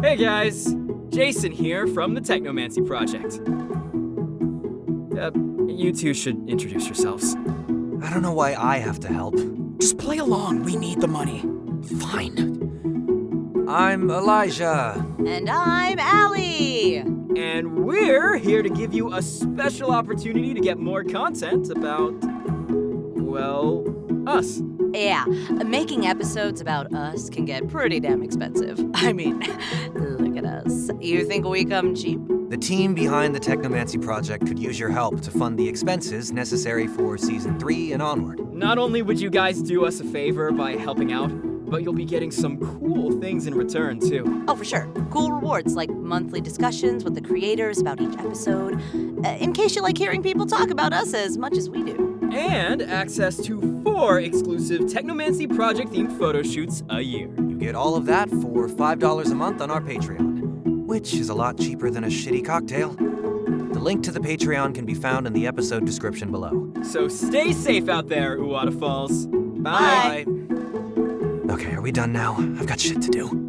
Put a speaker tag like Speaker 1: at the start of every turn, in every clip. Speaker 1: Hey guys, Jason here from the Technomancy Project. Uh, you two should introduce yourselves.
Speaker 2: I don't know why I have to help.
Speaker 3: Just play along. We need the money. Fine.
Speaker 2: I'm Elijah.
Speaker 4: And I'm Allie.
Speaker 1: And we're here to give you a special opportunity to get more content about, well, us.
Speaker 4: Yeah, making episodes about us can get pretty damn expensive. I mean, look at us. You think we come cheap?
Speaker 2: The team behind the Technomancy Project could use your help to fund the expenses necessary for season three and onward.
Speaker 1: Not only would you guys do us a favor by helping out, but you'll be getting some cool things in return too.
Speaker 4: Oh, for sure. Cool rewards like monthly discussions with the creators about each episode, uh, in case you like hearing people talk about us as much as we do.
Speaker 1: And access to four exclusive Technomancy Project themed photo shoots a year.
Speaker 2: You get all of that for $5 a month on our Patreon, which is a lot cheaper than a shitty cocktail. The link to the Patreon can be found in the episode description below.
Speaker 1: So stay safe out there, Uwata Falls.
Speaker 4: Bye.
Speaker 1: Bye.
Speaker 2: Okay, are we done now? I've got shit to do.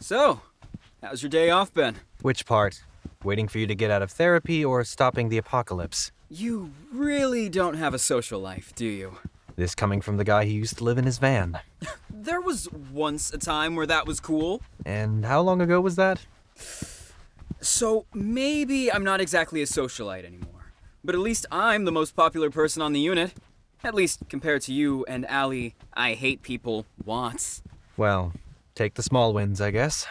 Speaker 1: So, how's your day off been?
Speaker 2: Which part? Waiting for you to get out of therapy or stopping the apocalypse?
Speaker 1: You really don't have a social life, do you?
Speaker 2: This coming from the guy who used to live in his van.
Speaker 1: There was once a time where that was cool.
Speaker 2: And how long ago was that?
Speaker 1: So maybe I'm not exactly a socialite anymore. But at least I'm the most popular person on the unit. At least compared to you and Allie, I hate people wants.
Speaker 2: Well, take the small wins, I guess.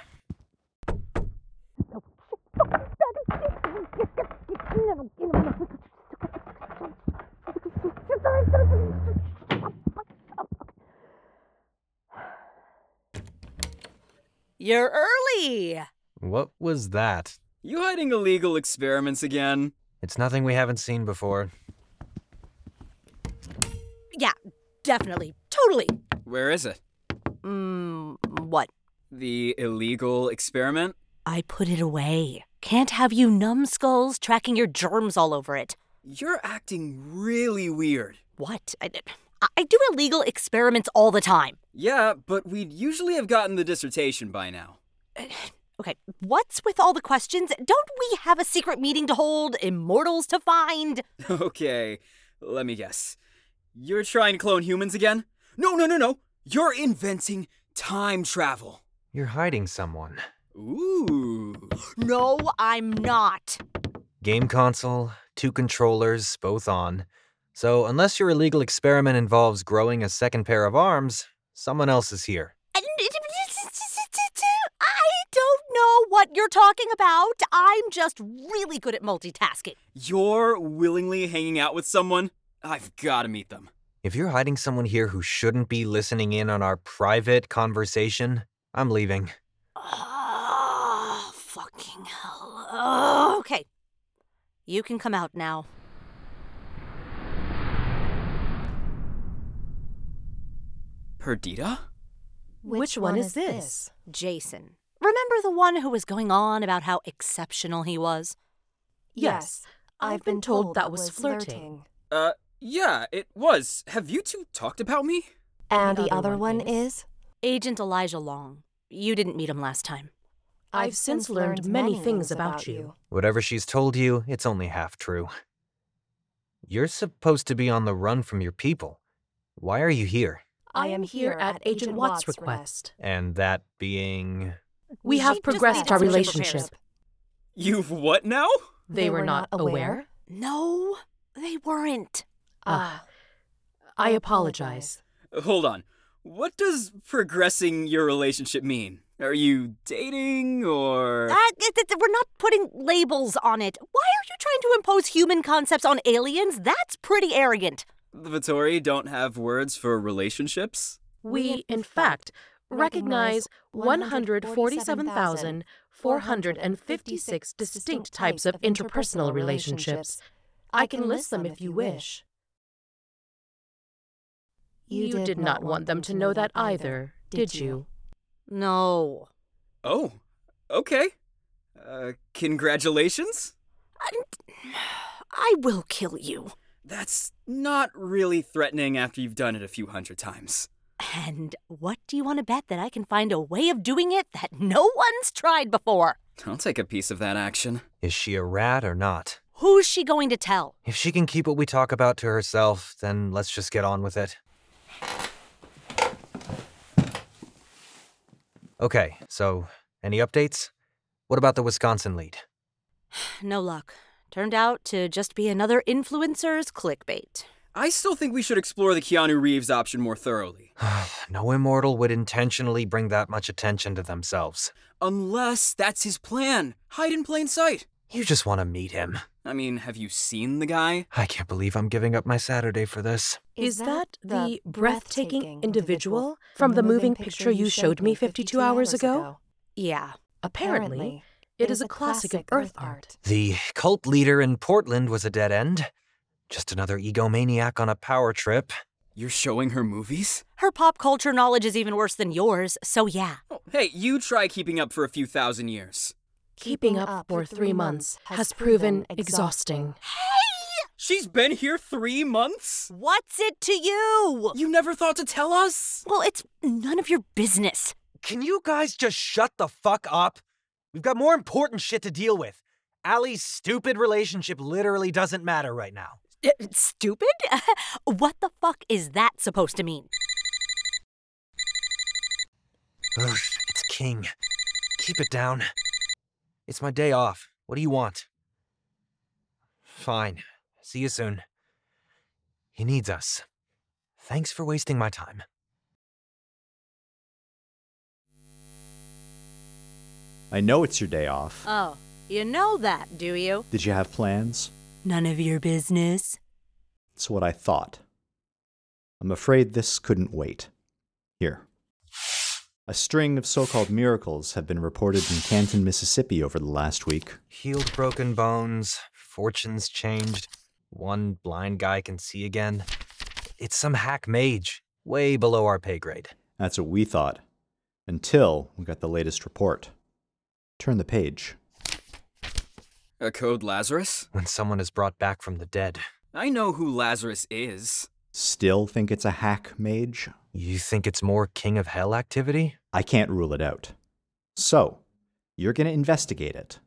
Speaker 4: You're early.
Speaker 2: What was that?
Speaker 1: You hiding illegal experiments again?
Speaker 2: It's nothing we haven't seen before.
Speaker 4: Yeah, definitely. Totally.
Speaker 1: Where is it?
Speaker 4: Mmm, what?
Speaker 1: The illegal experiment?
Speaker 4: I put it away. Can't have you numbskulls tracking your germs all over it.
Speaker 1: You're acting really weird.
Speaker 4: What? I, I- I do illegal experiments all the time.
Speaker 1: Yeah, but we'd usually have gotten the dissertation by now.
Speaker 4: Okay, what's with all the questions? Don't we have a secret meeting to hold, immortals to find?
Speaker 1: Okay, let me guess. You're trying to clone humans again? No, no, no, no. You're inventing time travel.
Speaker 2: You're hiding someone.
Speaker 1: Ooh.
Speaker 4: No, I'm not.
Speaker 2: Game console, two controllers, both on. So, unless your illegal experiment involves growing a second pair of arms, someone else is here.
Speaker 4: I don't know what you're talking about. I'm just really good at multitasking.
Speaker 1: You're willingly hanging out with someone? I've got to meet them.
Speaker 2: If you're hiding someone here who shouldn't be listening in on our private conversation, I'm leaving.
Speaker 4: Oh, fucking hell. Oh, okay. You can come out now.
Speaker 1: Perdita?
Speaker 5: Which, one, is this?
Speaker 4: Jason. Remember the one who was going on about how exceptional he was?
Speaker 5: Yes, I've been told that was flirting.
Speaker 1: Uh, yeah, it was. Have you two talked about me?
Speaker 5: And the other one is?
Speaker 4: Agent Elijah Long. You didn't meet him last time.
Speaker 5: I've since learned many things about you.
Speaker 2: Whatever she's told you, it's only half true. You're supposed to be on the run from your people. Why are you here?
Speaker 5: I am here at Agent Watt's request.
Speaker 2: And that being.
Speaker 5: We
Speaker 4: She
Speaker 5: have
Speaker 4: just
Speaker 5: progressed
Speaker 4: needed
Speaker 5: our
Speaker 4: social
Speaker 5: relationship.
Speaker 4: repairs.
Speaker 1: You've what now?
Speaker 5: They were not aware?
Speaker 4: No, they weren't.
Speaker 5: Ah, Oh, I apologize.
Speaker 1: Hold on. What does progressing your relationship mean? Are you dating or.
Speaker 4: Uh, th- th- th- we're not putting labels on it. Why are you trying to impose human concepts on aliens? That's pretty arrogant.
Speaker 1: the Vittori don't have words for relationships?
Speaker 5: We, in fact, recognize 147,456 distinct types of interpersonal relationships. I can list them if you wish. You did not want them to know that either, did you?
Speaker 4: No.
Speaker 1: Oh, okay. Uh, congratulations?
Speaker 4: I will kill you.
Speaker 1: That's not really threatening after you've done it a few hundred times.
Speaker 4: And what do you want to bet that I can find a way of doing it that no one's tried before?
Speaker 1: I'll take a piece of that action.
Speaker 2: Is she a rat or not?
Speaker 4: Who's she going to tell?
Speaker 2: If she can keep what we talk about to herself, then let's just get on with it. Okay, so any updates? What about the Wisconsin lead?
Speaker 4: No luck. Turned out to just be another influencer's clickbait.
Speaker 1: I still think we should explore the Keanu Reeves option more thoroughly.
Speaker 2: No immortal would intentionally bring that much attention to themselves.
Speaker 1: Unless that's his plan hide in plain sight.
Speaker 2: You just want to meet him.
Speaker 1: I mean, have you seen the guy?
Speaker 2: I can't believe I'm giving up my Saturday for this.
Speaker 5: Is that the breathtaking individual from the moving picture you showed me 52 hours ago?
Speaker 4: Yeah.
Speaker 5: Apparently, it is a classic of Earth art.
Speaker 2: The cult leader in Portland was a dead end. Just another egomaniac on a power trip.
Speaker 1: You're showing her movies?
Speaker 4: Her pop culture knowledge is even worse than yours, so yeah.
Speaker 1: Oh, hey, you try keeping up for a few thousand years.
Speaker 5: Keeping up for three months has proven exhausting.
Speaker 1: She's been here three months?
Speaker 4: What's it to you?
Speaker 1: You never thought to tell us?
Speaker 4: Well, it's none of your business.
Speaker 2: Can you guys just shut the fuck up? We've got more important shit to deal with. Allie's stupid relationship literally doesn't matter right now.
Speaker 4: Uh, Stupid? what the fuck is that supposed to mean?
Speaker 2: Ugh, it's King. Keep it down. It's my day off. What do you want? Fine. See you soon. He needs us. Thanks for wasting my time.
Speaker 6: I know it's your day off.
Speaker 4: Oh, you know that, do you?
Speaker 6: Did you have plans?
Speaker 4: None of your business.
Speaker 6: It's what I thought. I'm afraid this couldn't wait. Here. A string of so called miracles have been reported in Canton, Mississippi over the last week.
Speaker 2: Healed broken bones, fortunes changed, one blind guy can see again. It's some hack mage, way below our pay grade.
Speaker 6: That's what we thought. Until we got the latest report. Turn the page.
Speaker 1: A code Lazarus?
Speaker 2: When someone is brought back from the dead,
Speaker 1: I know who Lazarus is.
Speaker 6: Still think it's a hack mage?
Speaker 2: you think it's more King of Hell activity?
Speaker 6: I can't rule it out. So, you're going to investigate it.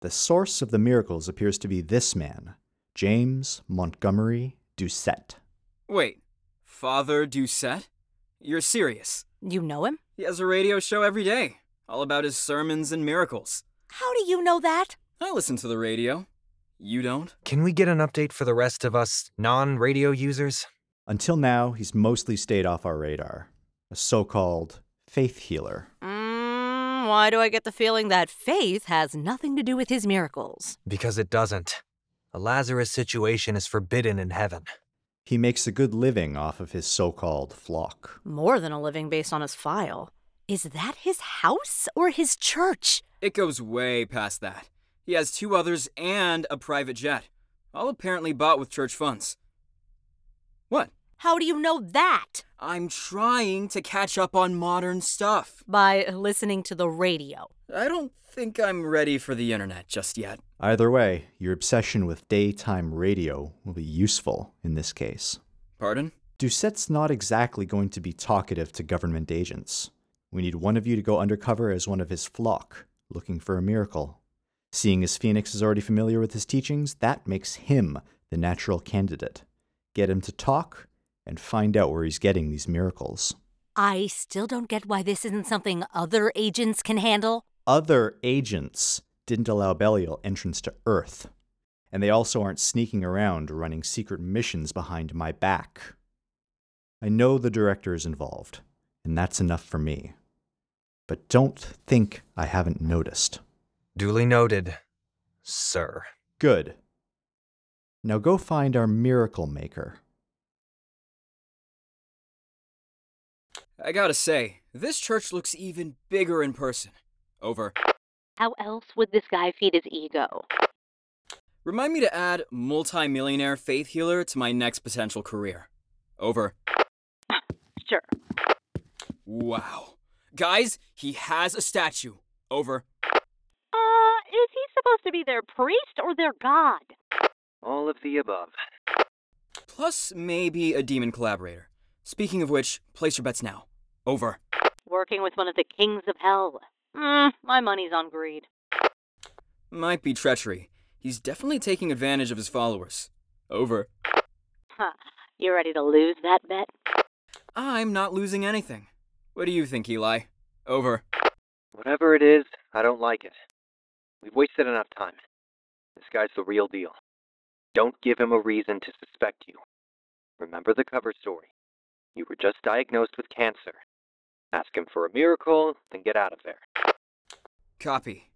Speaker 6: The source of the miracles appears to be this man, James Montgomery Doucette.
Speaker 1: Wait, Father Doucette? You're serious.
Speaker 4: You know him?
Speaker 1: He has a radio show every day, all about his sermons and miracles.
Speaker 4: How do you know that?
Speaker 1: I listen to the radio. You don't?
Speaker 2: Can we get an update for the rest of us non radio users?
Speaker 6: Until now, he's mostly stayed off our radar. A so called faith healer.
Speaker 4: Mm, why do I get the feeling that faith has nothing to do with his miracles?
Speaker 2: Because it doesn't. A Lazarus situation is forbidden in heaven.
Speaker 6: He makes a good living off of his so called flock.
Speaker 4: More than a living based on his file. Is that his house or his church?
Speaker 1: It goes way past that. He has two others and a private jet, all apparently bought with church funds. What?
Speaker 4: How do you know that?
Speaker 1: I'm trying to catch up on modern stuff.
Speaker 4: By listening to the radio.
Speaker 1: I don't think I'm ready for the internet just yet.
Speaker 6: Either way, your obsession with daytime radio will be useful in this case.
Speaker 1: Pardon?
Speaker 6: Doucette's not exactly going to be talkative to government agents. We need one of you to go undercover as one of his flock, looking for a miracle. Seeing as Phoenix is already familiar with his teachings, that makes him the natural candidate. Get him to talk and find out where he's getting these miracles.
Speaker 4: I still don't get why this isn't something other agents can handle.
Speaker 6: Other agents didn't allow Belial entrance to Earth, and they also aren't sneaking around running secret missions behind my back. I know the director is involved, and that's enough for me. But don't think I haven't noticed.
Speaker 2: Duly noted, sir.
Speaker 6: Good. Now go find our miracle maker.
Speaker 1: I gotta say, this church looks even bigger in person. Over.
Speaker 7: How else would this guy feed his ego?
Speaker 1: Remind me to add multimillionaire faith healer to my next potential career. Over.
Speaker 7: Sure.
Speaker 1: Wow. Guys, he has a statue. Over.
Speaker 7: Uh, is he supposed to be their priest or their god?
Speaker 8: All of the above.
Speaker 1: Plus, maybe a demon collaborator. Speaking of which, place your bets now. Over.
Speaker 7: Working with one of the kings of hell. Mm, my money's on greed.
Speaker 1: Might be treachery. He's definitely taking advantage of his followers. Over.
Speaker 7: Huh. You ready to lose that bet?
Speaker 1: I'm not losing anything. What do you think, Eli? Over.
Speaker 8: Whatever it is, I don't like it. We've wasted enough time. This guy's the real deal. Don't give him a reason to suspect you. Remember the cover story. You were just diagnosed with cancer. Ask him for a miracle, then get out of there.
Speaker 1: Copy.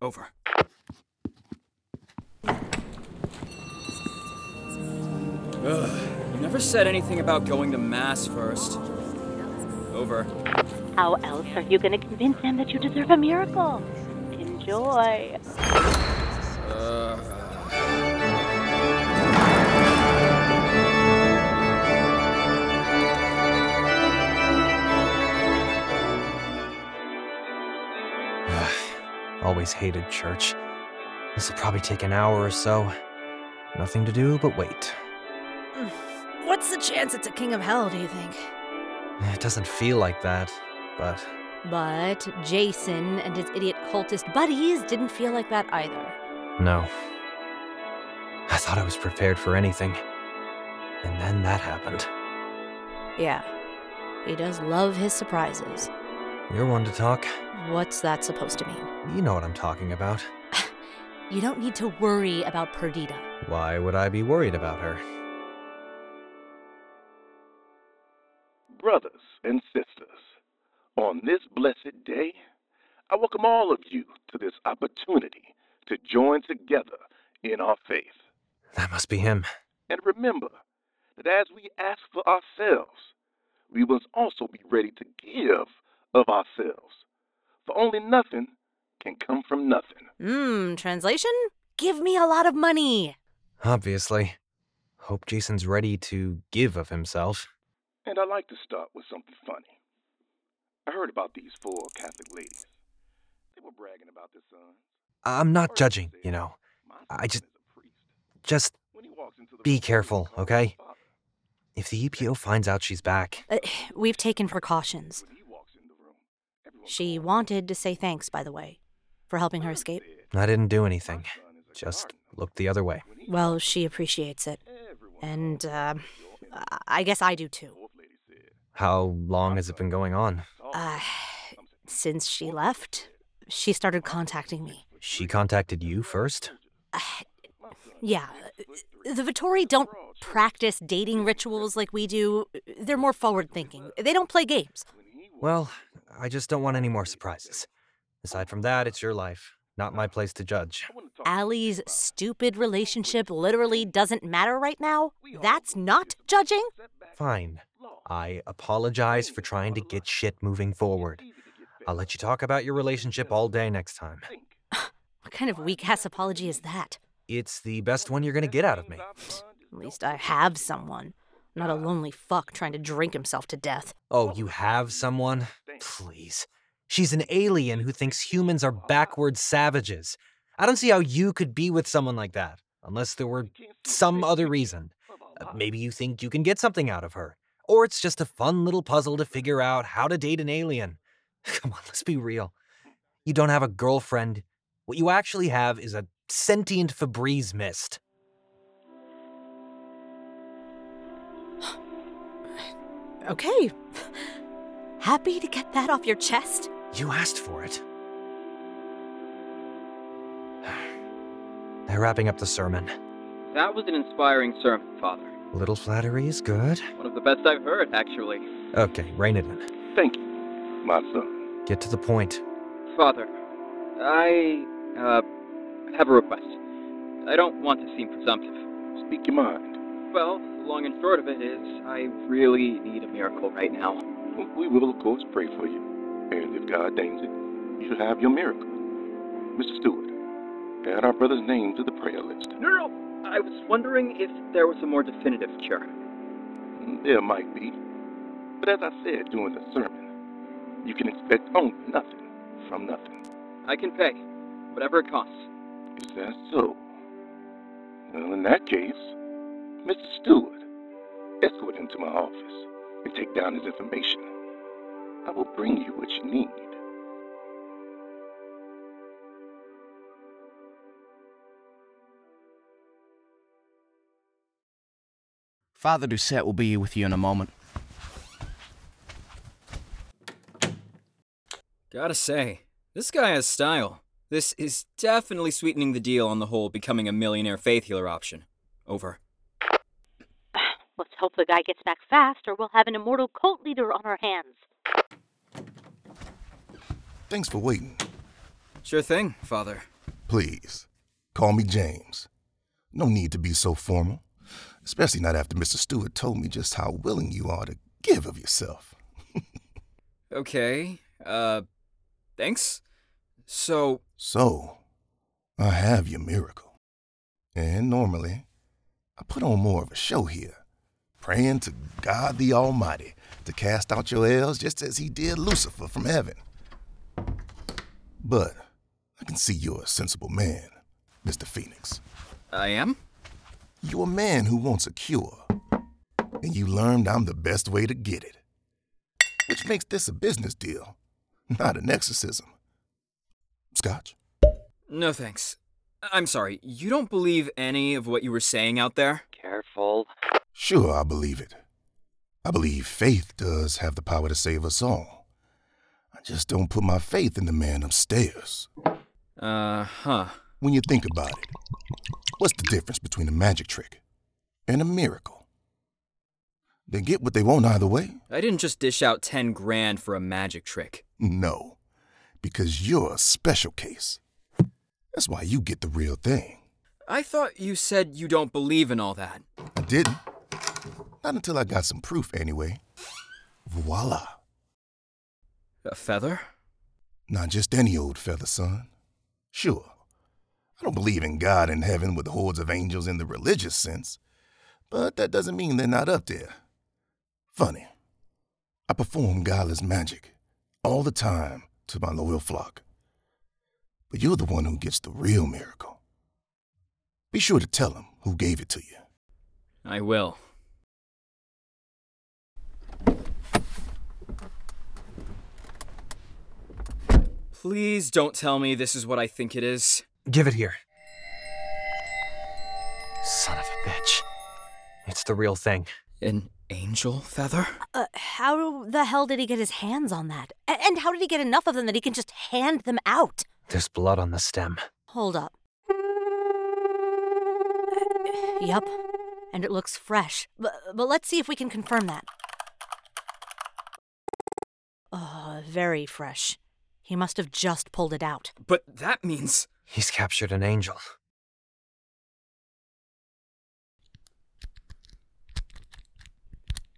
Speaker 1: Over. Ugh. You never said anything about going to mass first. Over.
Speaker 7: How else are you going to convince him that you deserve a miracle? Enjoy.
Speaker 1: Uh,
Speaker 2: Always hated church. This'll probably take an hour or so. Nothing to do but wait.
Speaker 4: What's the chance it's a king of hell, do you think?
Speaker 2: It doesn't feel like that, but
Speaker 4: But Jason and his idiot cultist buddies didn't feel like that either.
Speaker 2: no. I thought I was prepared for anything. And then that happened.
Speaker 4: Yeah. He does love his surprises.
Speaker 2: You're one to talk.
Speaker 4: What's that supposed to mean?
Speaker 2: You know what I'm talking about.
Speaker 4: You don't need to worry about Perdita.
Speaker 2: Why would I be worried about her?
Speaker 9: brothers and sisters, on this blessed day, I welcome all of you to this opportunity to join together in our faith.
Speaker 2: That must be him.
Speaker 9: And remember that as we ask for ourselves, we must also be ready to give of ourselves, for only nothing can come from nothing.
Speaker 4: Mmm, translation? Give me a lot of money.
Speaker 2: Obviously. Hope Jason's ready to give of himself.
Speaker 9: And I like to start with something funny. I heard about these four Catholic ladies. They were bragging about their sons.
Speaker 2: I'm not
Speaker 9: First
Speaker 2: judging,
Speaker 9: they
Speaker 2: you
Speaker 9: said,
Speaker 2: know.
Speaker 9: "My
Speaker 2: I
Speaker 9: son
Speaker 2: just-
Speaker 9: is a priest."
Speaker 2: Just
Speaker 9: When he walks into the
Speaker 2: Be
Speaker 9: room, he
Speaker 2: careful,
Speaker 9: calls him
Speaker 2: okay?
Speaker 9: father.
Speaker 2: if the EPO finds out she's back.
Speaker 4: Uh, we've taken precautions.
Speaker 9: When he walks in the room, everyone
Speaker 4: She
Speaker 9: calls him
Speaker 4: wanted to say thanks, by the way, for helping her escape.
Speaker 2: I didn't do anything.
Speaker 9: "My son is a
Speaker 2: Just
Speaker 9: cardinal."
Speaker 2: looked the other way.
Speaker 9: When he-
Speaker 4: Well, she appreciates it.
Speaker 9: everyone
Speaker 4: And,
Speaker 9: calls him
Speaker 4: um,
Speaker 9: your enemy.
Speaker 4: I- I guess I do
Speaker 9: The
Speaker 4: too.
Speaker 9: fourth lady said,
Speaker 2: How long has it been going on?
Speaker 9: "Saul, I'm
Speaker 4: Uh,
Speaker 9: saying,
Speaker 4: since she left, she started contacting me.
Speaker 2: She contacted you first?
Speaker 4: Yeah, uh, the Vittori don't practice dating rituals like we do. They're more forward thinking. They don't play games.
Speaker 2: Well, I just don't want any more surprises. Aside from that, it's your life, not my place to judge.
Speaker 9: I wanna talk to you
Speaker 4: Allie's
Speaker 9: about
Speaker 4: stupid relationship literally doesn't matter right now. That's not judging.
Speaker 9: setbacks
Speaker 2: Fine.
Speaker 9: in law.
Speaker 2: I apologize for trying to get shit moving forward.
Speaker 9: It's easy to get fed
Speaker 2: I'll
Speaker 9: up.
Speaker 2: let you talk about your relationship all day next time.
Speaker 9: Think.
Speaker 4: What kind of weak ass apology is that?
Speaker 2: It's the best one you're gonna get out of me.
Speaker 4: At least I have someone. Not a lonely fuck trying to drink himself to death.
Speaker 2: Oh, you have someone? Please. She's an alien who thinks humans are backward savages. I don't see how you could be with someone like that, unless there were some other reason. Uh, Maybe you think you can get something out of her. Or it's just a fun little puzzle to figure out how to date an alien. Come on, let's be real. You don't have a girlfriend. What you actually have is a sentient Febreze mist.
Speaker 4: Okay. Happy to get that off your chest?
Speaker 2: You asked for it. They're wrapping up the sermon.
Speaker 1: That was an inspiring sermon, Father.
Speaker 2: A little flattery is good.
Speaker 1: One of the best I've heard, actually.
Speaker 2: Okay, rein it in.
Speaker 9: Thank you, my son.
Speaker 2: Get to the point.
Speaker 8: Father, I uh, have a request. I don't want to seem presumptive.
Speaker 9: Speak your mind.
Speaker 8: Well, the long and short of it is, I really need a miracle right now.
Speaker 9: We will, of course, pray for you. And if God deigns it, you shall have your miracle. Mr. Stewart, add our brother's name to the prayer list.
Speaker 8: No, no, no. I was wondering if there was a more definitive cure.
Speaker 9: There might be. But as I said during the sermon, you can expect only nothing from nothing.
Speaker 8: I can pay, whatever it costs.
Speaker 9: Is that so? Well, in that case, Mr. Stewart, escort him to my office and take down his information. I will bring you what you need.
Speaker 10: Father Doucette will be with you in a moment.
Speaker 1: Gotta say, this guy has style. This is definitely sweetening the deal on the whole becoming a millionaire faith healer option. Over.
Speaker 7: Let's hope the guy gets back fast, or we'll have an immortal cult leader on our hands.
Speaker 11: Thanks for waiting.
Speaker 1: Sure thing, Father.
Speaker 11: Please, call me James. No need to be so formal, especially not after Mr. Stewart told me just how willing you are to give of yourself.
Speaker 1: Okay, uh, thanks. So,
Speaker 11: So, I have your miracle. And normally, I put on more of a show here, praying to God the Almighty to cast out your ailes just as he did Lucifer from heaven. But I can see you're a sensible man, Mr. Phoenix.
Speaker 1: I am?
Speaker 11: You're a man who wants a cure, and you learned I'm the best way to get it, which makes this a business deal, not an exorcism. Scotch?
Speaker 1: no thanks. I- I'm sorry, you don't believe any of what you were saying out there?
Speaker 8: Careful.
Speaker 11: Sure, I believe it. I believe faith does have the power to save us all. I just don't put my faith in the man upstairs.
Speaker 1: Uh huh.
Speaker 11: When you think about it, what's the difference between a magic trick and a miracle? They get what they want either way.
Speaker 1: I didn't just dish out 10 grand for a magic trick.
Speaker 11: No, because you're a special case. That's why you get the real thing.
Speaker 1: I thought you said you don't believe in all that.
Speaker 11: I didn't. Not until I got some proof, anyway. Voila.
Speaker 1: A feather?
Speaker 11: Not just any old feather, son. Sure, I don't believe in God in heaven with hordes of angels in the religious sense, but that doesn't mean they're not up there. Funny, I perform godless magic all the time to my loyal flock. But you're the one who gets the real miracle. Be sure to tell them who gave it to you.
Speaker 1: I will. Please don't tell me this is what I think it is.
Speaker 2: Give it here. Son of a bitch. It's the real thing.
Speaker 1: An angel feather?
Speaker 4: Uh, how the hell did he get his hands on that? A- and how did he get enough of them that he can just hand them out?
Speaker 2: There's blood on the stem.
Speaker 4: Hold up. Yup. And it looks fresh. But, but let's see if we can confirm that. Oh, very fresh. He must have just pulled it out.
Speaker 1: But that means.
Speaker 2: He's captured an angel.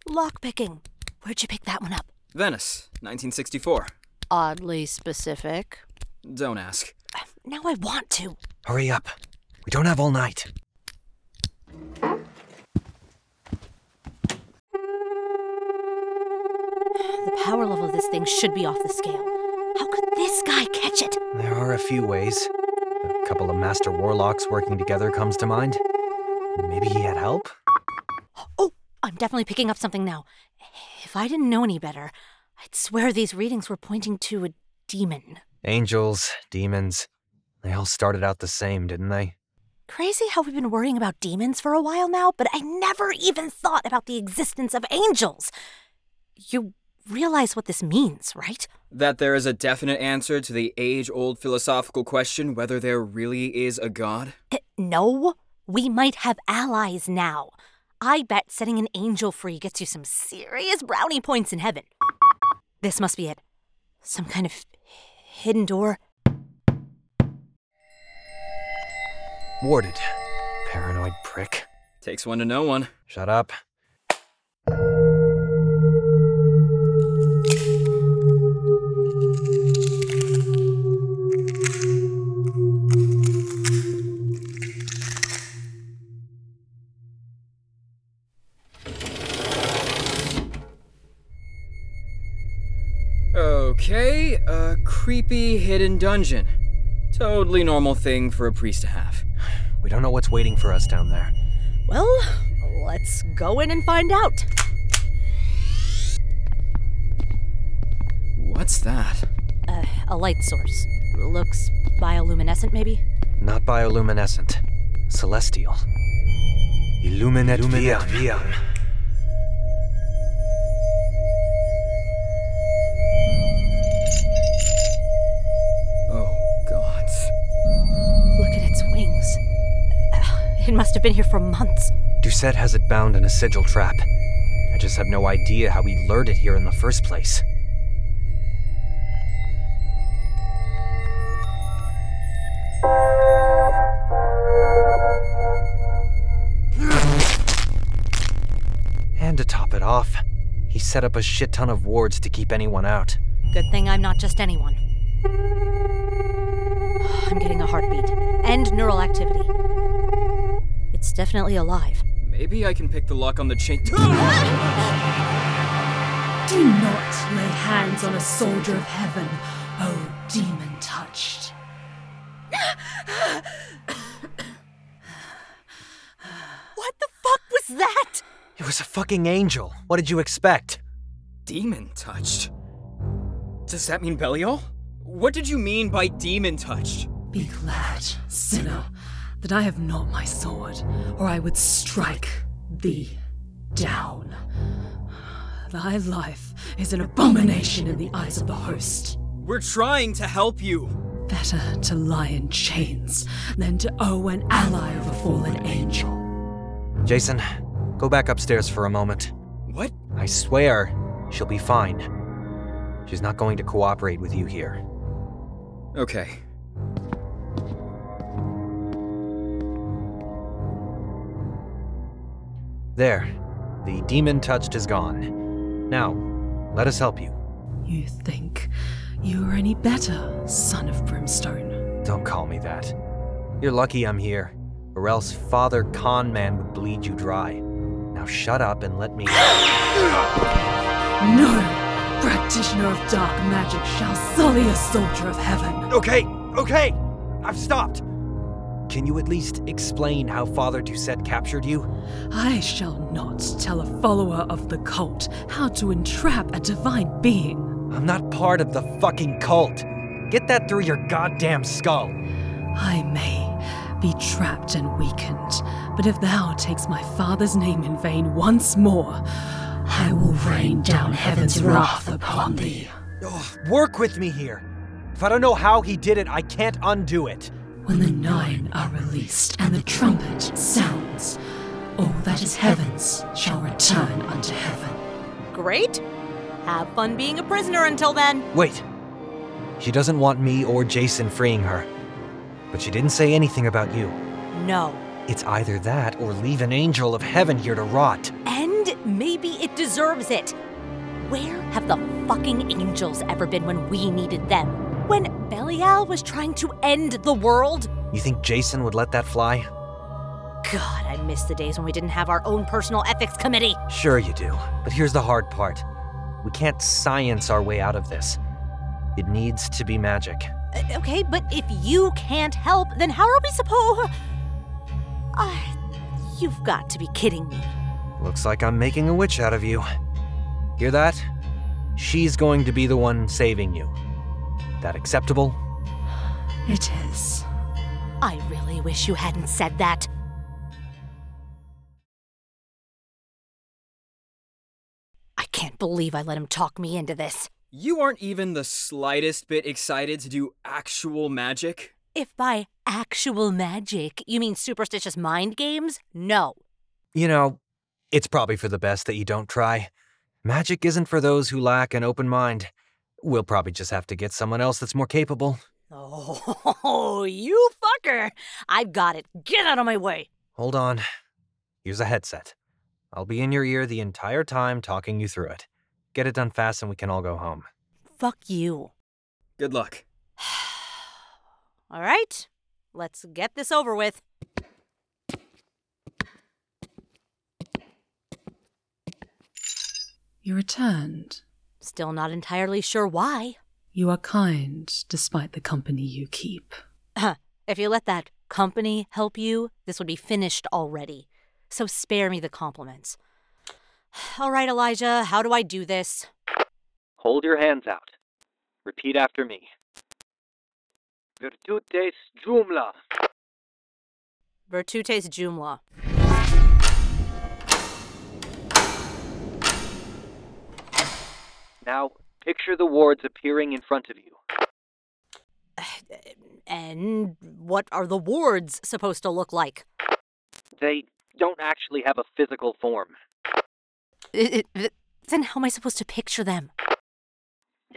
Speaker 4: Lockpicking. Where'd you pick that one up?
Speaker 1: Venice, 1964.
Speaker 12: Oddly specific.
Speaker 1: Don't ask.
Speaker 4: Now I want to.
Speaker 2: Hurry up. We don't have all night.
Speaker 4: The power level of this thing should be off the scale. How could this guy catch it?
Speaker 2: There are a few ways. A couple of master warlocks working together comes to mind. Maybe he had help?
Speaker 4: I'm definitely picking up something now. If I didn't know any better, I'd swear these readings were pointing to a demon.
Speaker 2: Angels, demons. They all started out the same, didn't they?
Speaker 4: Crazy how we've been worrying about demons for a while now, but I never even thought about the existence of angels. You realize what this means, right?
Speaker 1: That there is a definite answer to the age old philosophical question whether there really is a god?
Speaker 4: Eh, No, we might have allies now. I bet setting an angel free gets you some serious brownie points in heaven. This must be it. Some kind of hidden door.
Speaker 2: Warded. Paranoid prick.
Speaker 1: Takes one to know one.
Speaker 2: Shut up.
Speaker 1: Okay, a creepy hidden dungeon. Totally normal thing for a priest to have.
Speaker 2: We don't know what's waiting for us down there.
Speaker 13: Well, let's go in and find out.
Speaker 1: What's that?
Speaker 4: Uh, a light source. Looks bioluminescent, maybe?
Speaker 2: Not bioluminescent. Celestial. Illuminate, via.
Speaker 1: Oh, gods.
Speaker 4: Look at its wings. Uh, It must have been here for months.
Speaker 2: Doucette has it bound in a sigil trap. I just have no idea how he lured it here in the first place. And to top it off, he set up a shit ton of wards to keep anyone out.
Speaker 4: Good thing I'm not just anyone. I'm getting a heartbeat and neural activity. It's definitely alive.
Speaker 1: Maybe I can pick the lock on the chain.
Speaker 14: Do not lay hands on a soldier of heaven, oh demon touched.
Speaker 4: What the fuck was that?
Speaker 2: It was a fucking angel. What did you expect?
Speaker 1: Demon touched? Does that mean Belial? What did you mean by demon touched?
Speaker 14: Be glad, sinner, that I have not my sword, or I would strike thee down. Thy life is an abomination in the eyes of the host.
Speaker 1: We're trying to help you.
Speaker 14: Better to lie in chains than to owe an ally of a fallen angel.
Speaker 2: Jason, go back upstairs for a moment.
Speaker 1: What?
Speaker 2: I swear, she'll be fine. She's not going to cooperate with you here.
Speaker 1: Okay.
Speaker 2: There. The demon touched is gone. Now, let us help you.
Speaker 14: You think you are any better, son of brimstone?
Speaker 2: Don't call me that. You're lucky I'm here, or else Father Conman would bleed you dry. Now shut up and let me.
Speaker 14: No! Practitioner of dark magic shall sully a soldier of heaven.
Speaker 2: Okay, okay! I've stopped! Can you at least explain how Father Doucette captured you?
Speaker 14: I shall not tell a follower of the cult how to entrap a divine being.
Speaker 2: I'm not part of the fucking cult. Get that through your goddamn skull.
Speaker 14: I may be trapped and weakened, but if thou takes my father's name in vain once more, I will rain down heaven's wrath upon thee.
Speaker 2: Work with me here. If I don't know how he did it, I can't undo it.
Speaker 14: When the nine are released and the trumpet sounds, all that is heaven's shall return unto heaven.
Speaker 13: Great. Have fun being a prisoner until then.
Speaker 2: Wait. She doesn't want me or Jason freeing her. But she didn't say anything about you.
Speaker 4: No.
Speaker 2: It's either that or leave an angel of heaven here to rot.
Speaker 4: And maybe it deserves it. Where have the fucking angels ever been when we needed them? When Belial was trying to end the world?
Speaker 2: You think Jason would let that fly?
Speaker 4: God, I miss the days when we didn't have our own personal ethics committee.
Speaker 2: Sure you do. But here's the hard part we can't science our way out of this. It needs to be magic.
Speaker 4: Uh, Okay, but if you can't help, then how are we supposed? I, you've got to be kidding me.
Speaker 2: Looks like I'm making a witch out of you. Hear that? She's going to be the one saving you. That acceptable?
Speaker 14: It is.
Speaker 4: I really wish you hadn't said that. I can't believe I let him talk me into this.
Speaker 1: You aren't even the slightest bit excited to do actual magic?
Speaker 4: If by actual magic you mean superstitious mind games, no.
Speaker 2: You know, it's probably for the best that you don't try. Magic isn't for those who lack an open mind. We'll probably just have to get someone else that's more capable.
Speaker 4: Oh, you fucker! I've got it. Get out of my way.
Speaker 2: Hold on. Here's a headset. I'll be in your ear the entire time talking you through it. Get it done fast and we can all go home.
Speaker 4: Fuck you.
Speaker 1: Good luck.
Speaker 4: All right, let's get this over with.
Speaker 14: You returned.
Speaker 4: Still not entirely sure why.
Speaker 14: You are kind, despite the company you keep.
Speaker 4: if you let that company help you, this would be finished already. So spare me the compliments. All right, Elijah, how do I do this?
Speaker 8: Hold your hands out. Repeat after me. Virtutes Joomla.
Speaker 4: Virtutes Joomla.
Speaker 8: Now, picture the wards appearing in front of you.
Speaker 4: And what are the wards supposed to look like?
Speaker 8: They don't actually have a physical form.
Speaker 4: then how am I supposed to picture them?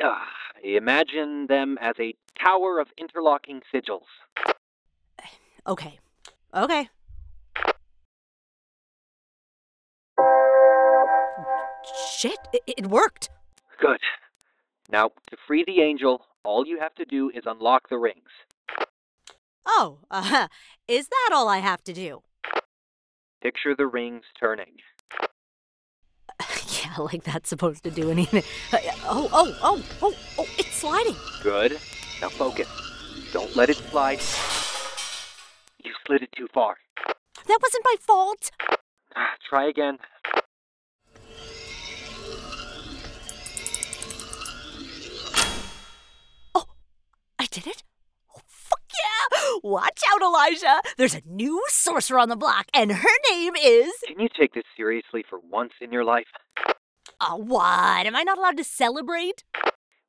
Speaker 8: Ah, imagine them as a tower of interlocking sigils.
Speaker 4: Okay. Okay. Shit, it, it worked.
Speaker 8: Good. Now, to free the angel, all you have to do is unlock the rings.
Speaker 4: Oh, uh, is that all I have to do?
Speaker 8: Picture the rings turning.
Speaker 4: Yeah, like that's supposed to do anything. Oh, oh, oh, oh, oh, it's sliding.
Speaker 8: Good. Now focus. Don't let it slide. You slid it too far.
Speaker 4: That wasn't my fault.
Speaker 8: Ah, Try again.
Speaker 4: I did it? Oh, fuck yeah! Watch out, Elijah! There's a new sorcerer on the block, and her name is.
Speaker 8: Can you take this seriously for once in your life?
Speaker 4: Uh, what? Am I not allowed to celebrate?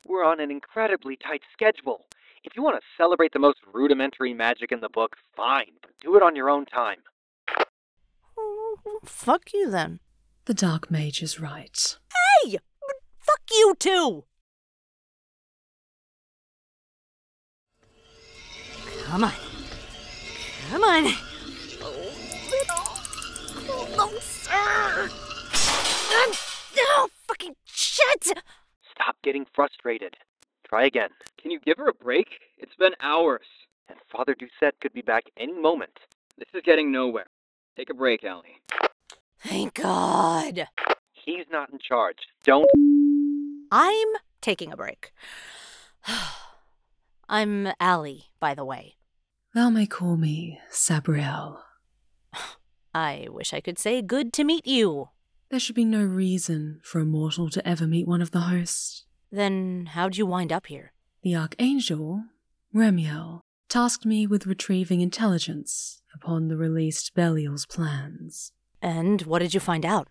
Speaker 8: We're on an incredibly tight schedule. If you want to celebrate the most rudimentary magic in the book, fine, but do it on your own time.
Speaker 12: Fuck you then.
Speaker 14: The Dark Mage is right.
Speaker 4: Hey! Fuck you too! Come on. Come on. Oh, little closer. Um, No, fucking shit!
Speaker 8: Stop getting frustrated. Try again. Can you give her a break? It's been hours. And Father Doucette could be back any moment.
Speaker 1: This is getting nowhere. Take a break, Allie.
Speaker 4: Thank God.
Speaker 8: He's not in charge. Don't.
Speaker 4: I'm taking a break. I'm Allie, by the way.
Speaker 14: Thou may call me Sabriel.
Speaker 4: I wish I could say good to meet you.
Speaker 14: There should be no reason for a mortal to ever meet one of the host.
Speaker 4: Then how'd you wind up here?
Speaker 14: The Archangel, Remiel, tasked me with retrieving intelligence upon the released Belial's plans.
Speaker 4: And what did you find out?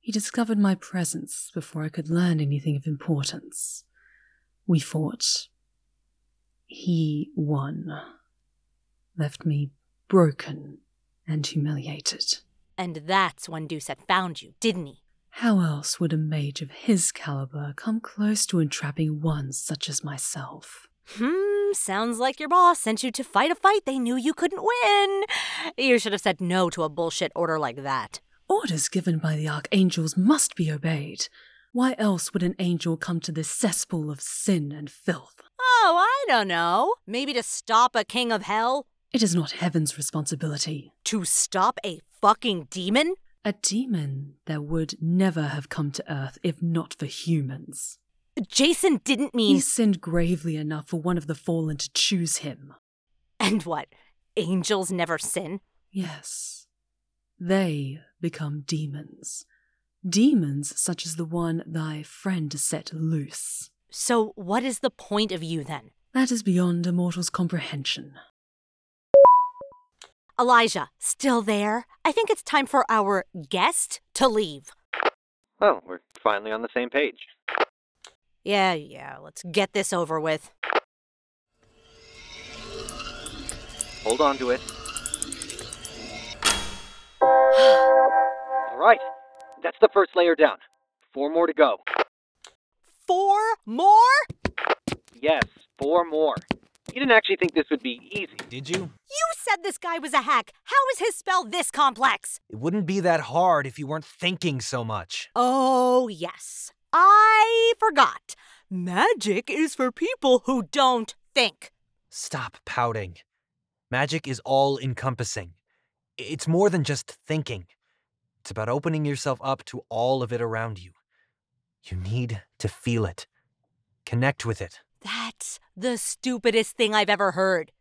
Speaker 14: He discovered my presence before I could learn anything of importance. We fought. He won. Left me broken and humiliated.
Speaker 4: And that's when Doucette found you, didn't he?
Speaker 14: How else would a mage of his caliber come close to entrapping one such as myself?
Speaker 4: Hmm, sounds like your boss sent you to fight a fight they knew you couldn't win. You should have said no to a bullshit order like that.
Speaker 14: Orders given by the archangels must be obeyed. Why else would an angel come to this cesspool of sin and filth?
Speaker 4: Oh, I don't know. Maybe to stop a king of hell?
Speaker 14: It is not heaven's responsibility.
Speaker 4: To stop a fucking demon?
Speaker 14: A demon that would never have come to earth if not for humans.
Speaker 4: Jason didn't mean.
Speaker 14: He sinned gravely enough for one of the fallen to choose him.
Speaker 4: And what? Angels never sin?
Speaker 14: Yes. They become demons. Demons such as the one thy friend set loose.
Speaker 4: So, what is the point of you then?
Speaker 14: That is beyond a mortal's comprehension.
Speaker 4: Elijah, still there? I think it's time for our guest to leave.
Speaker 8: Well, we're finally on the same page.
Speaker 4: Yeah, yeah, let's get this over with.
Speaker 8: Hold on to it. All right. That's the first layer down. Four more to go.
Speaker 13: Four more?
Speaker 8: Yes, four more. You didn't actually think this would be easy.
Speaker 2: Did you?
Speaker 4: You said this guy was a hack. How is his spell this complex?
Speaker 2: It wouldn't be that hard if you weren't thinking so much.
Speaker 4: Oh, yes. I forgot. Magic is for people who don't think.
Speaker 2: Stop pouting. Magic is all encompassing. It's more than just thinking, it's about opening yourself up to all of it around you. You need to feel it, connect with it.
Speaker 4: That's the stupidest thing I've ever heard.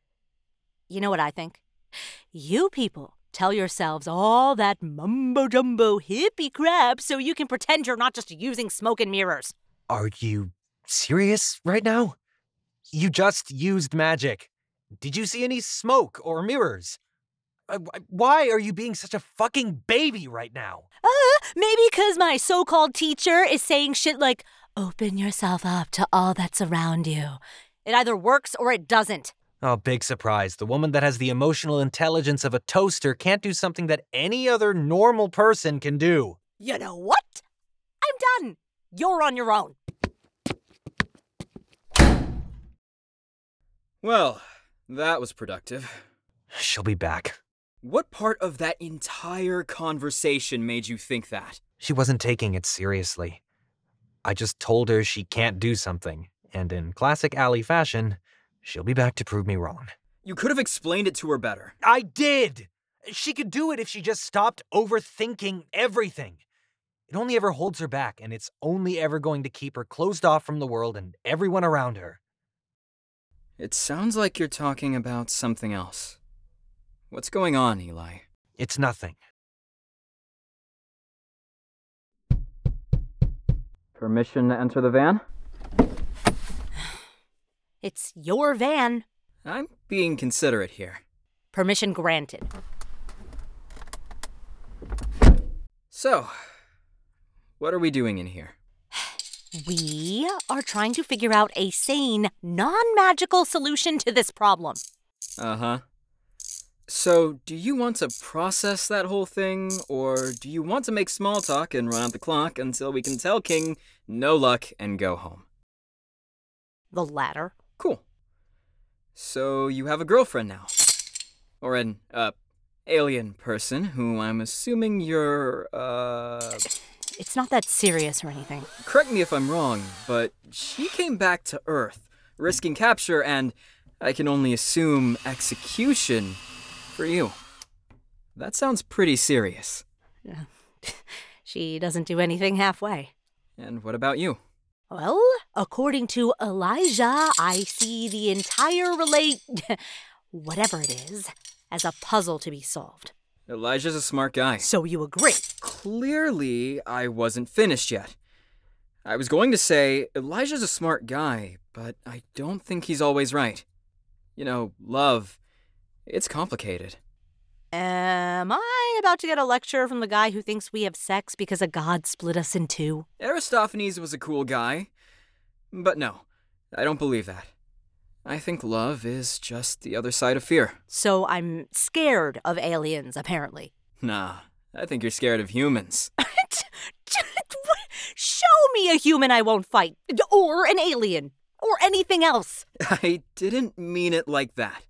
Speaker 4: You know what I think? You people tell yourselves all that mumbo jumbo hippie crap so you can pretend you're not just using smoke and mirrors.
Speaker 2: Are you serious right now? You just used magic. Did you see any smoke or mirrors? Uh, Why are you being such a fucking baby right now?
Speaker 4: Uh, maybe because my so called teacher is saying shit like, open yourself up to all that's around you. It either works or it doesn't.
Speaker 2: Oh, big surprise. The woman that has the emotional intelligence of a toaster can't do something that any other normal person can do.
Speaker 4: You know what? I'm done. You're on your own.
Speaker 1: Well, that was productive.
Speaker 2: She'll be back.
Speaker 1: What part of that entire conversation made you think that?
Speaker 2: She wasn't taking it seriously. I just told her she can't do something, and in classic Ally fashion, she'll be back to prove me wrong.
Speaker 1: You could have explained it to her better.
Speaker 2: I did! She could do it if she just stopped overthinking everything. It only ever holds her back, and it's only ever going to keep her closed off from the world and everyone around her.
Speaker 1: It sounds like you're talking about something else. What's going on, Eli?
Speaker 2: It's nothing.
Speaker 1: Permission to enter the van?
Speaker 4: It's your van.
Speaker 1: I'm being considerate here.
Speaker 4: Permission granted.
Speaker 1: So, what are we doing in here?
Speaker 4: We are trying to figure out a sane, non magical solution to this problem.
Speaker 1: Uh huh. So, do you want to process that whole thing, or do you want to make small talk and run out the clock until we can tell King no luck and go home?
Speaker 4: The latter.
Speaker 1: Cool. So, you have a girlfriend now. Or an, uh, alien person who I'm assuming you're, uh.
Speaker 4: It's not that serious or anything.
Speaker 1: Correct me if I'm wrong, but she came back to Earth, risking capture and, I can only assume, execution for you. That sounds pretty serious.
Speaker 4: She doesn't do anything halfway.
Speaker 1: And what about you?
Speaker 4: Well, according to Elijah, I see the entire relate. whatever it is, as a puzzle to be solved.
Speaker 1: Elijah's a smart guy.
Speaker 4: So you agree?
Speaker 1: Clearly, I wasn't finished yet. I was going to say, Elijah's a smart guy, but I don't think he's always right. You know, love, it's complicated.
Speaker 4: Am I about to get a lecture from the guy who thinks we have sex because a god split us in two?
Speaker 1: Aristophanes was a cool guy. But no, I don't believe that. I think love is just the other side of fear.
Speaker 4: So I'm scared of aliens, apparently.
Speaker 1: Nah, I think you're scared of humans.
Speaker 4: Show me a human I won't fight, or an alien, or anything else.
Speaker 1: I didn't mean it like that.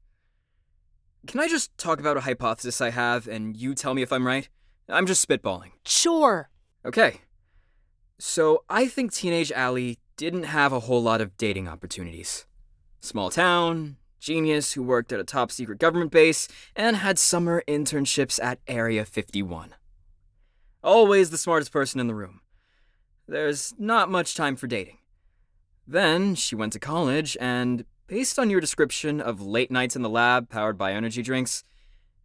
Speaker 1: Can I just talk about a hypothesis I have and you tell me if I'm right? I'm just spitballing.
Speaker 4: Sure.
Speaker 1: Okay. So I think Teenage Alley didn't have a whole lot of dating opportunities. Small town, genius who worked at a top secret government base, and had summer internships at Area 51. Always the smartest person in the room. There's not much time for dating. Then she went to college, and based on your description of late nights in the lab powered by energy drinks,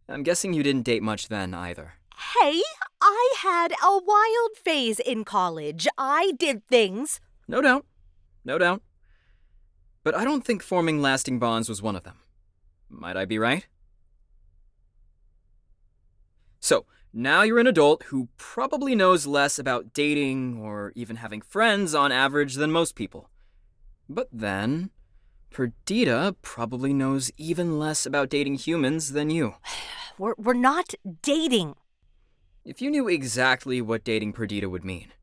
Speaker 1: I'm guessing you didn't date much then either.
Speaker 4: Hey, I had a wild phase in college. I did things.
Speaker 1: No doubt. No doubt. But I don't think forming lasting bonds was one of them. Might I be right? So, now you're an adult who probably knows less about dating or even having friends on average than most people. But then, Perdita probably knows even less about dating humans than you.
Speaker 4: We're, we're not dating.
Speaker 1: If you knew exactly what dating Perdita would mean,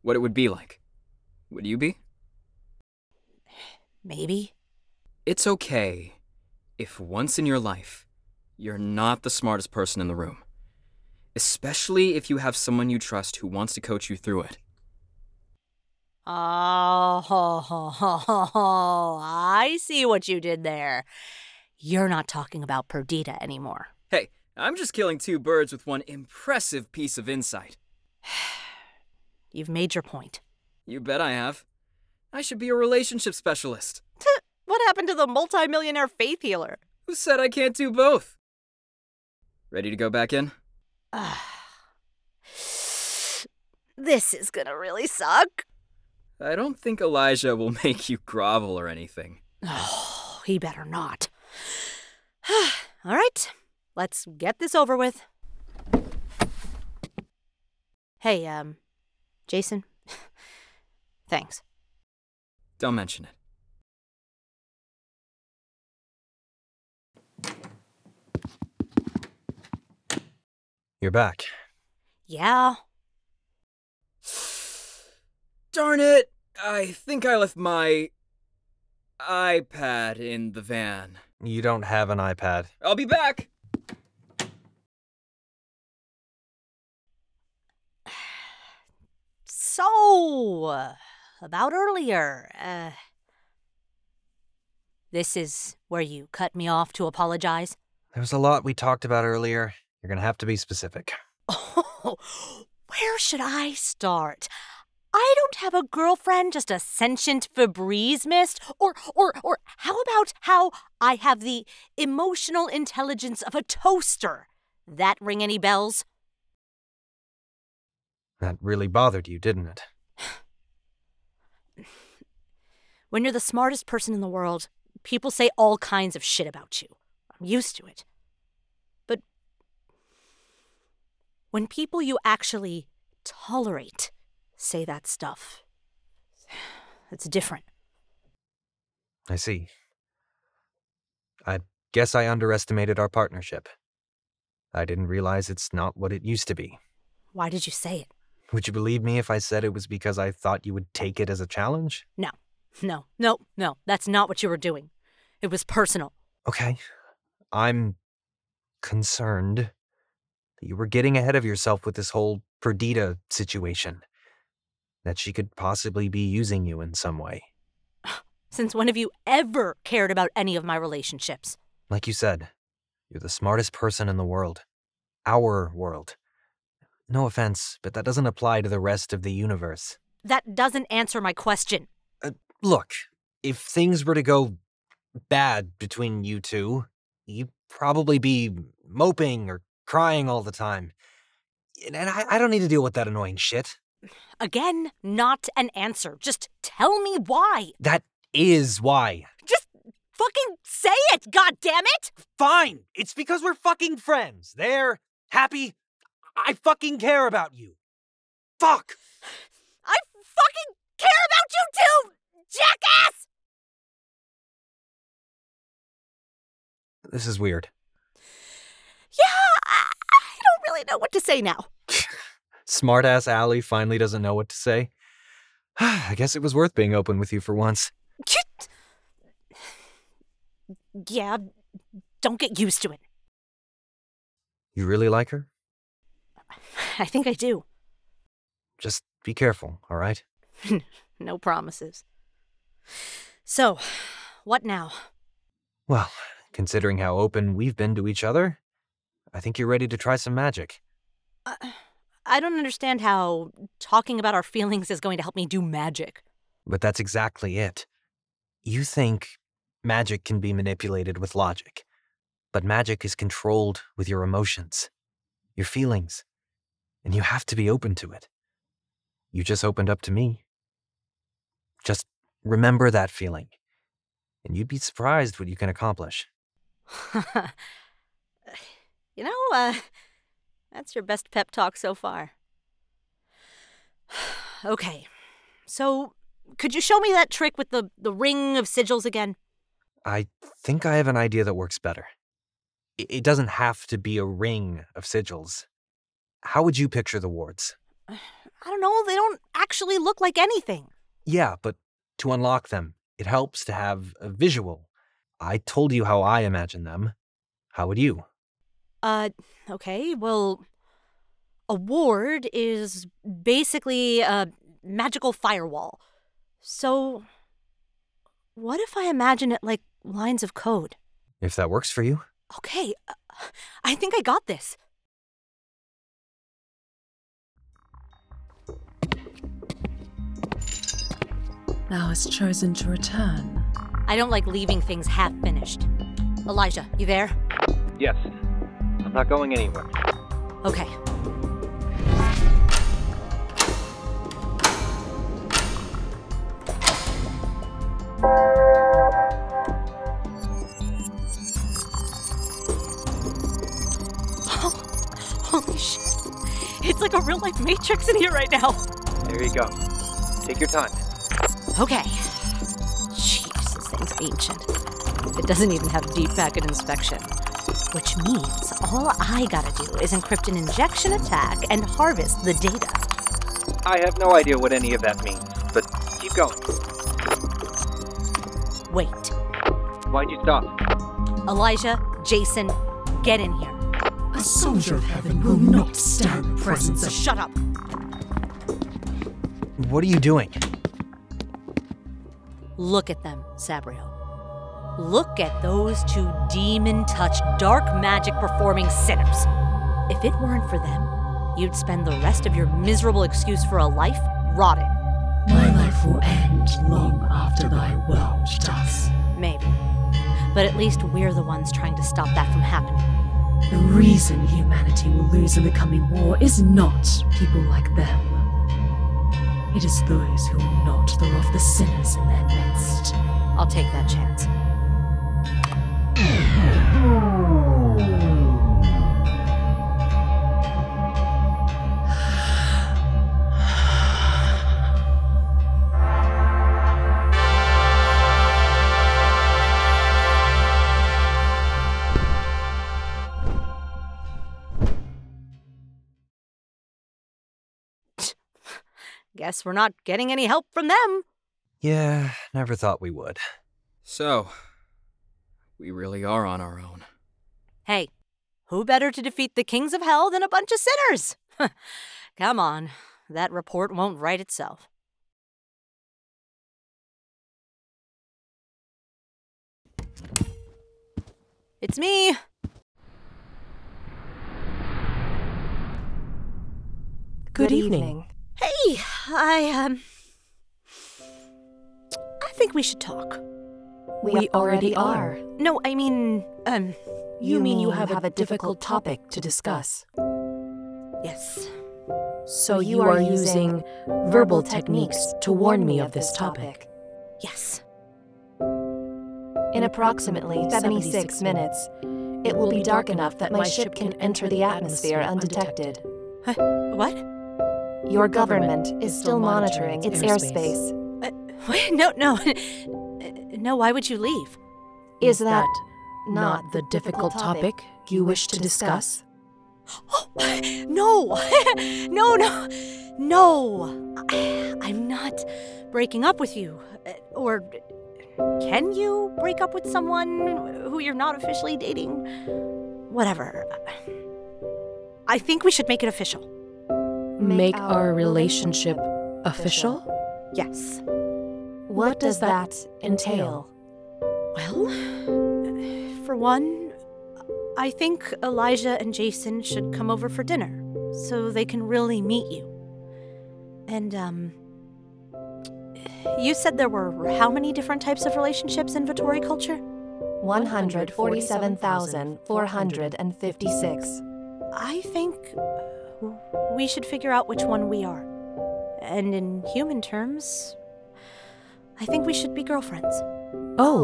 Speaker 1: what it would be like, would you be?
Speaker 4: Maybe.
Speaker 1: It's okay if once in your life you're not the smartest person in the room, especially if you have someone you trust who wants to coach you through it.
Speaker 4: Oh, ho, ho, ho, ho, ho. I see what you did there. You're not talking about Perdita anymore.
Speaker 1: Hey, I'm just killing two birds with one impressive piece of insight.
Speaker 4: You've made your point.
Speaker 1: You bet I have. I should be a relationship specialist.
Speaker 4: What happened to the multimillionaire faith healer?
Speaker 1: Who said I can't do both? Ready to go back in?
Speaker 4: This is gonna really suck.
Speaker 1: I don't think Elijah will make you grovel or anything.
Speaker 4: Oh, he better not. All right, let's get this over with. Hey, um, Jason, thanks.
Speaker 1: Don't mention it.
Speaker 2: You're back.
Speaker 4: Yeah,
Speaker 1: Darn it! I think I left my iPad in the van.
Speaker 2: You don't have an iPad.
Speaker 1: I'll be back!
Speaker 4: So, about earlier, uh, this is where you cut me off to apologize.
Speaker 2: There was a lot we talked about earlier. You're going to have to be specific.
Speaker 4: Where should I start? I don't have a girlfriend, just a sentient Febreze mist. Or, or, or how about how I have the emotional intelligence of a toaster? That ring any bells?
Speaker 2: That really bothered you, didn't it?
Speaker 4: When you're the smartest person in the world, people say all kinds of shit about you. I'm used to it. But when people you actually tolerate say that stuff, it's different.
Speaker 2: I see. I guess I underestimated our partnership. I didn't realize it's not what it used to be.
Speaker 4: Why did you say it?
Speaker 2: Would you believe me if I said it was because I thought you would take it as a challenge?
Speaker 4: No, no, no, no. That's not what you were doing. It was personal.
Speaker 2: Okay. I'm concerned that you were getting ahead of yourself with this whole Perdita situation. That she could possibly be using you in some way.
Speaker 4: Since when have you ever cared about any of my relationships?
Speaker 2: Like you said, you're the smartest person in the world. Our world. No offense, but that doesn't apply to the rest of the universe.
Speaker 4: That doesn't answer my question.
Speaker 2: Look, if things were to go bad between you two, you'd probably be moping or crying all the time. And and I, I don't need to deal with that annoying shit.
Speaker 4: Again, not an answer. Just tell me why.
Speaker 2: That is why.
Speaker 4: Just fucking say it, God damn it!
Speaker 2: Fine! It's because we're fucking friends. They're happy. I fucking care about you. Fuck!
Speaker 4: I fucking care about you too, jackass!
Speaker 2: This is weird.
Speaker 4: Yeah, I, I don't really know what to say now.
Speaker 2: Smartass Allie finally doesn't know what to say. I guess it was worth being open with you for once.
Speaker 4: Yeah, don't get used to it.
Speaker 2: You really like her?
Speaker 4: I think I do.
Speaker 2: Just be careful, all right?
Speaker 4: No promises. So, what now?
Speaker 2: Well, considering how open we've been to each other, I think you're ready to try some magic.
Speaker 4: I don't understand how talking about our feelings is going to help me do magic.
Speaker 2: But that's exactly it. You think magic can be manipulated with logic, but magic is controlled with your emotions, your feelings, and you have to be open to it. You just opened up to me. Just remember that feeling, and you'd be surprised what you can accomplish.
Speaker 4: You know, uh, that's your best pep talk so far. Okay, so could you show me that trick with the, the ring of sigils again?
Speaker 2: I think I have an idea that works better. I- It doesn't have to be a ring of sigils. How would you picture the wards?
Speaker 4: I don't know, they don't actually look like anything.
Speaker 2: Yeah, but to unlock them, It helps to have a visual. I told you how I imagine them. How would you?
Speaker 4: Uh, okay, well, a ward is basically a magical firewall. So, what if I imagine it like lines of code?
Speaker 2: If that works for you.
Speaker 4: Okay, uh, I think I got this.
Speaker 14: Thou hast chosen to return.
Speaker 4: I don't like leaving things half finished. Elijah, you there?
Speaker 8: Yes. I'm not going anywhere.
Speaker 4: Okay. Holy shit. It's like a real life matrix in here right now.
Speaker 8: There you go. Take your time.
Speaker 4: Okay. Jeez, this thing's ancient. It doesn't even have deep packet inspection. Which means all I gotta do is encrypt an injection attack and harvest the data.
Speaker 8: I have no idea what any of that means, but keep going.
Speaker 4: Wait.
Speaker 8: Why'd you stop?
Speaker 4: Elijah, Jason, get in here.
Speaker 14: A soldier of heaven will not stand the presence of.
Speaker 4: Shut up.
Speaker 2: What are you doing?
Speaker 4: Look at them, Sabrio. Look at those two demon touched dark magic performing sinners. If it weren't for them, you'd spend the rest of your miserable excuse for a life rotting.
Speaker 14: My life will end long after thy world does.
Speaker 4: Maybe. But at least we're the ones trying to stop that from happening.
Speaker 14: The reason humanity will lose in the coming war is not people like them. It is those who will not throw off the sinners in their midst.
Speaker 4: I'll take that chance. Guess we're not getting any help from them.
Speaker 2: Yeah, never thought we would.
Speaker 1: So, we really are on our own.
Speaker 4: Hey, who better to defeat the kings of hell than a bunch of sinners? Come on, that report won't write itself. It's me.
Speaker 5: Good evening.
Speaker 4: Hey, I um I think we should talk.
Speaker 5: We already are.
Speaker 4: No, I mean, um
Speaker 5: You mean you have a difficult topic to discuss.
Speaker 4: yes.
Speaker 5: So you are using verbal techniques to warn me of this topic.
Speaker 4: Yes.
Speaker 15: In approximately 76 minutes, it will be dark enough that my ship can enter the atmosphere undetected.
Speaker 4: Huh? What?
Speaker 15: Your government is still monitoring its airspace.
Speaker 4: Wait, no, no. Uh, No, why would you leave?
Speaker 15: Is that
Speaker 5: Not the difficult topic you wish to discuss?
Speaker 4: No. no, no. No. I- I'm not breaking up with you. Uh, Or can you break up with someone who you're not officially dating? Whatever. I think we should make it official.
Speaker 5: Make our relationship official?
Speaker 4: Yes.
Speaker 15: What does that entail?
Speaker 4: Well, for one, I think Elijah and Jason should come over for dinner so they can really meet you. And, um, you said there were how many different types of relationships in Vittori culture?
Speaker 15: 147,456.
Speaker 4: I think we should figure out which one we are. And in human terms, I think we should be girlfriends.
Speaker 5: Oh.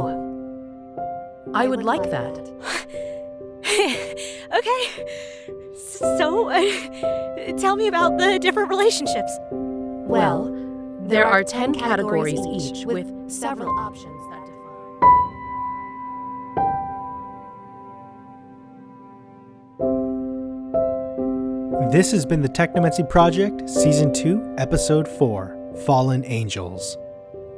Speaker 5: I would like that.
Speaker 4: okay. So, uh, tell me about the different relationships.
Speaker 5: Well, there are 10 categories each with several
Speaker 15: options that define.
Speaker 16: This has been the Technomancy Project, Season 2, Episode 4 Fallen Angels.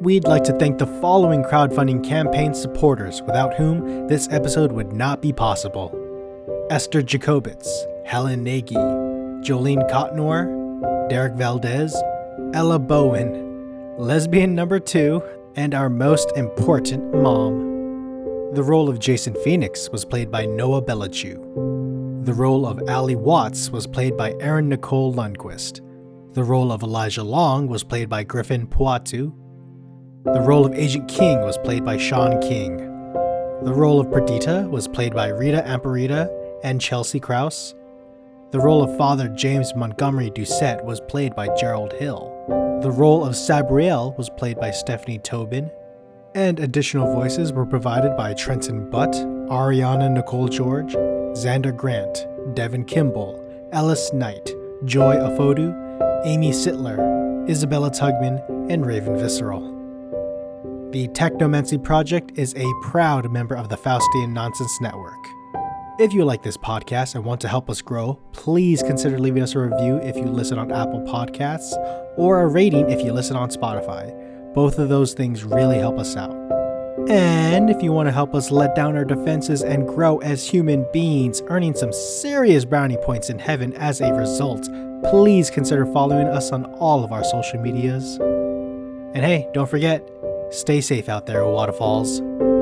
Speaker 16: We'd like to thank the following crowdfunding campaign supporters, without whom this episode would not be possible Esther Jacobitz, Helen Nagy, Jolene Cottenor, Derek Valdez, Ella Bowen, Lesbian Number Two, and our most important mom. The role of Jason Phoenix was played by Noah Bellachew. The role of Ali Watts was played by Erin Nicole Lundquist. The role of Elijah Long was played by Griffin Poatu. The role of Agent King was played by Sean King. The role of Perdita was played by Rita Amparita and Chelsea Krause. The role of Father James Montgomery Doucette was played by Gerald Hill. The role of Sabriel was played by Stephanie Tobin. And additional voices were provided by Trenton Butt, Ariana Nicole George, Xander Grant, Devin Kimball, Ellis Knight, Joy Afodu, Amy Sittler, Isabella Tugman, and Raven Visceral. The Technomancy Project is a proud member of the Faustian Nonsense Network. If you like this podcast and want to help us grow, please consider leaving us a review if you listen on Apple Podcasts or a rating if you listen on Spotify. Both of those things really help us out. And if you want to help us let down our defenses and grow as human beings, earning some serious brownie points in heaven as a result, please consider following us on all of our social medias. And hey, don't forget, stay safe out there, Waterfalls.